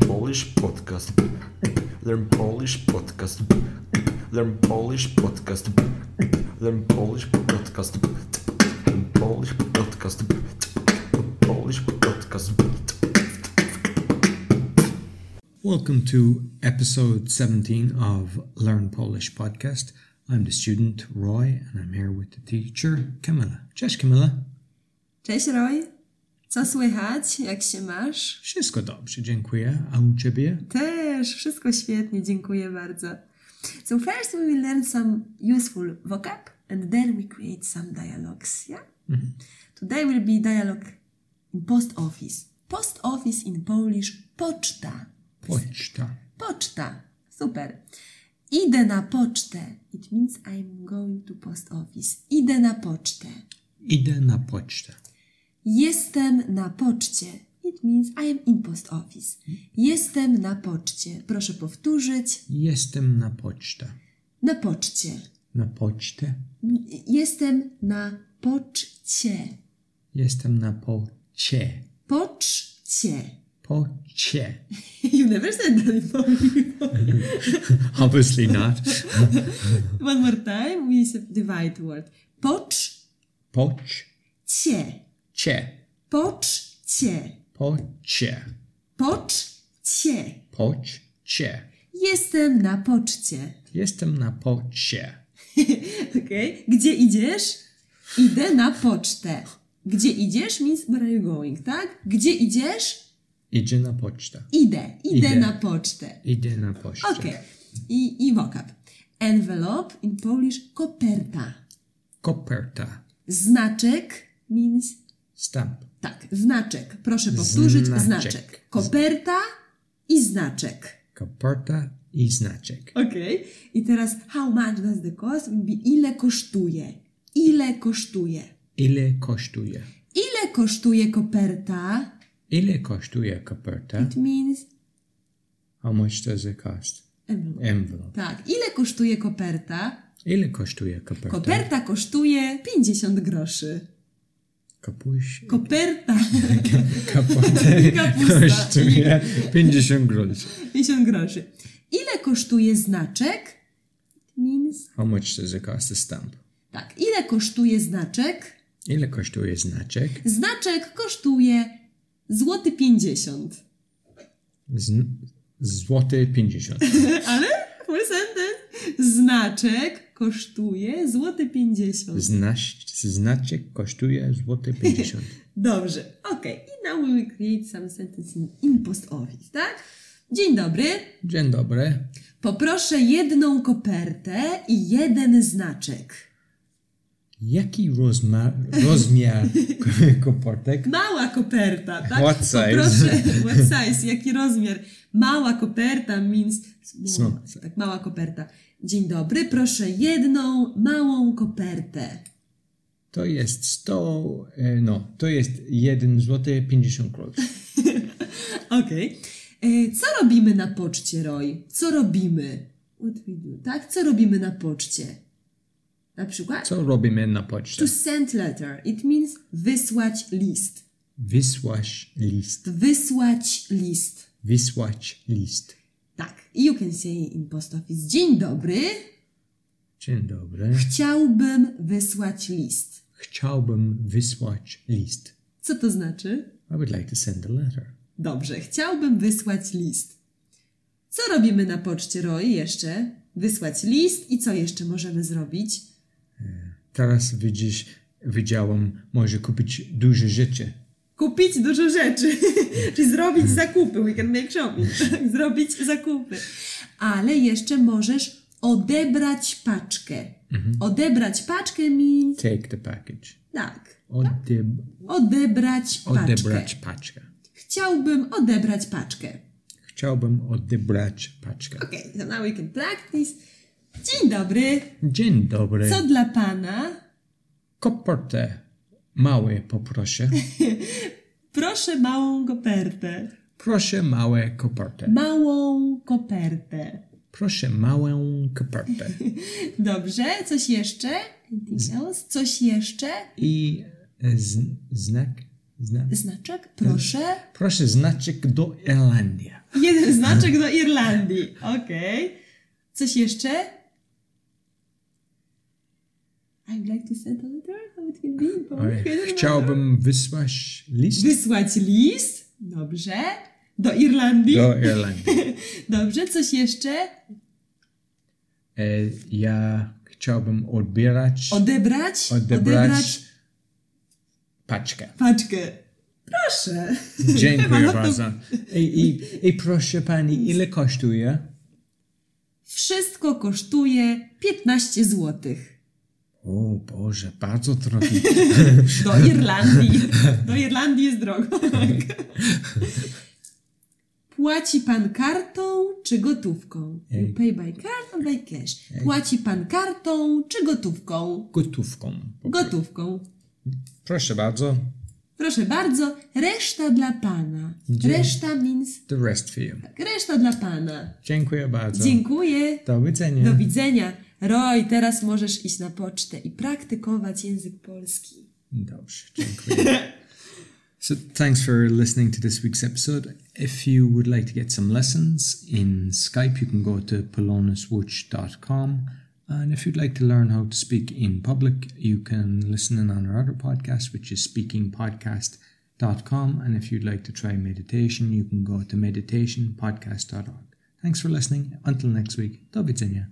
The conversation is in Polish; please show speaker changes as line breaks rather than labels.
Polish podcast. Learn Polish podcast. Learn Polish podcast. Learn Polish podcast. Learn Polish podcast. Learn Polish podcast.
Welcome to episode 17 of Learn Polish podcast. I'm the student Roy and I'm here with the teacher Camilla. Cześć Camilla.
Cześć Roy, co słychać? Jak się masz?
Wszystko dobrze, dziękuję. A u ciebie?
Też, wszystko świetnie, dziękuję bardzo. So first we will learn some useful vocab and then we create some dialogues, yeah? Today will be dialogue in post office. Post office in Polish, poczta.
Poczta.
Poczta, super. Idę na pocztę. It means I'm going to post office. Idę na pocztę.
Idę na pocztę.
Jestem na poczcie. It means I am in post office. Jestem na poczcie. Proszę powtórzyć.
Jestem na pocztę.
Na poczcie.
Na pocztę.
Jestem na poczcie.
Jestem na pocie.
Poczcie.
Pocie.
You never said that before.
Obviously not.
One more time. We said divide word. Poczcie.
Pocie.
Poczcie.
Pocie.
Poczcie.
Pocie.
Jestem na poczcie.
Jestem na pocie.
Okay. Gdzie idziesz? Idę na pocztę. Gdzie idziesz means where are you going, tak? Gdzie idziesz?
Idzie na pocztę.
Idę. Idę,
Idę.
na pocztę.
Idę na pocztę.
Okej. I, I vocab. Envelope in Polish koperta.
Koperta.
Znaczek means...
Stamp.
Tak, znaczek. Proszę powtórzyć. Znaczek.
Znaczek.
Koperta i znaczek.
Koperta i znaczek.
Okej. I teraz how much does the cost? Ile kosztuje? Ile kosztuje?
Ile kosztuje?
Ile kosztuje koperta?
Ile kosztuje koperta?
It means
How much does it cost?
envelope.
Envelope.
Tak, ile kosztuje koperta?
Ile kosztuje koperta?
Koperta kosztuje 50 groszy.
Kapuś...
Koperta
Koperta
kapusta.
kosztuje 50 groszy.
50 groszy. Ile kosztuje znaczek? It means
How much does it cost a stamp?
tak, ile kosztuje znaczek?
Ile kosztuje znaczek?
Znaczek kosztuje złoty 50.
Z... Złoty 50.
Ale full sentence. Znaczek kosztuje złoty 50.
Znasz... Znaczek kosztuje złoty 50.
Dobrze, okej. I now we will create some sentence in, in post office, tak? Dzień dobry.
Dzień dobry.
Poproszę jedną kopertę i jeden znaczek.
Jaki rozma... rozmiar kopertek?
Mała koperta, tak?
What size?
Poproszę, what size, jaki rozmiar? Mała koperta means...
Small.
Mała, tak, mała koperta. Dzień dobry, proszę jedną małą kopertę.
To jest 100, e, no, to jest 1 zł 50 groszy.
Okej. E, Co robimy na poczcie, Roy? Co robimy? What we do, tak? Co robimy na poczcie? Na przykład?
Co robimy na poczcie?
To send letter. It means wysłać list.
Wysłać list.
Wysłać list.
Wysłać list.
Tak. I You can say in post office. Dzień dobry.
Dzień dobry.
Chciałbym wysłać list.
Chciałbym wysłać list.
Co to znaczy?
I would like to send a letter.
Dobrze. Chciałbym wysłać list. Co robimy na poczcie, Roy? Jeszcze? Wysłać list i co jeszcze możemy zrobić?
Teraz widzisz, widziałam, może kupić duże rzeczy.
kupić dużo rzeczy, czyli zrobić zakupy, we can make shopping, tak? zrobić zakupy. Ale jeszcze możesz odebrać paczkę. Odebrać paczkę means
Take the package.
tak,
Odeb-
odebrać paczkę.
odebrać paczkę.
Chciałbym odebrać paczkę.
Chciałbym odebrać paczkę.
Ok, so now we can practice. Dzień dobry,
Dzień dobry.
co dla Pana?
Kopertę małe poproszę.
Proszę małą kopertę.
Proszę małe kopertę.
Małą kopertę.
Proszę małą kopertę.
Dobrze, coś jeszcze? Anything else? Coś jeszcze?
I z, znak, znak.
Znaczek, proszę.
Proszę znaczek do Irlandii.
Jeden znaczek do Irlandii. Okej. Coś jeszcze? I'd like to send a letter. How it will be? Bo
Oj,
nie wiem.
Chciałbym wysłać list
Wysłać list. Dobrze. Do Irlandii.
do Irlandii.
Dobrze. Coś jeszcze?
E, ja chciałbym odbierać,
Odebrać.
odebrać paczkę.
paczkę. Proszę.
Dziękuję
Chyba na to-
bardzo. I, i, I proszę pani, ile kosztuje?
Wszystko kosztuje 15 zł.
O Boże, bardzo drogi.
Do Irlandii. Do Irlandii jest drogo. tak. Płaci pan kartą czy gotówką? You pay by card or by cash. Płaci pan kartą czy gotówką?
Gotówką.
Gotówką.
Proszę bardzo.
Proszę bardzo, reszta dla pana.
Dzie-
Reszta means
The rest for you.
reszta dla
Tak.
pana.
Dziękuję bardzo.
Dziękuję.
Do widzenia.
Do widzenia. Roy, teraz możesz iść na pocztę i praktykować język polski.
Dobrze, dziękuję. So, thanks for listening to this week's episode. If you would like to get some lessons in Skype, you can go to polonuswitch.com. And if you'd like to learn how to speak in public, you can listen in on our other podcast, which is speakingpodcast.com. And if you'd like to try meditation, you can go to meditationpodcast.org. Thanks for listening. Until next week, do widzenia.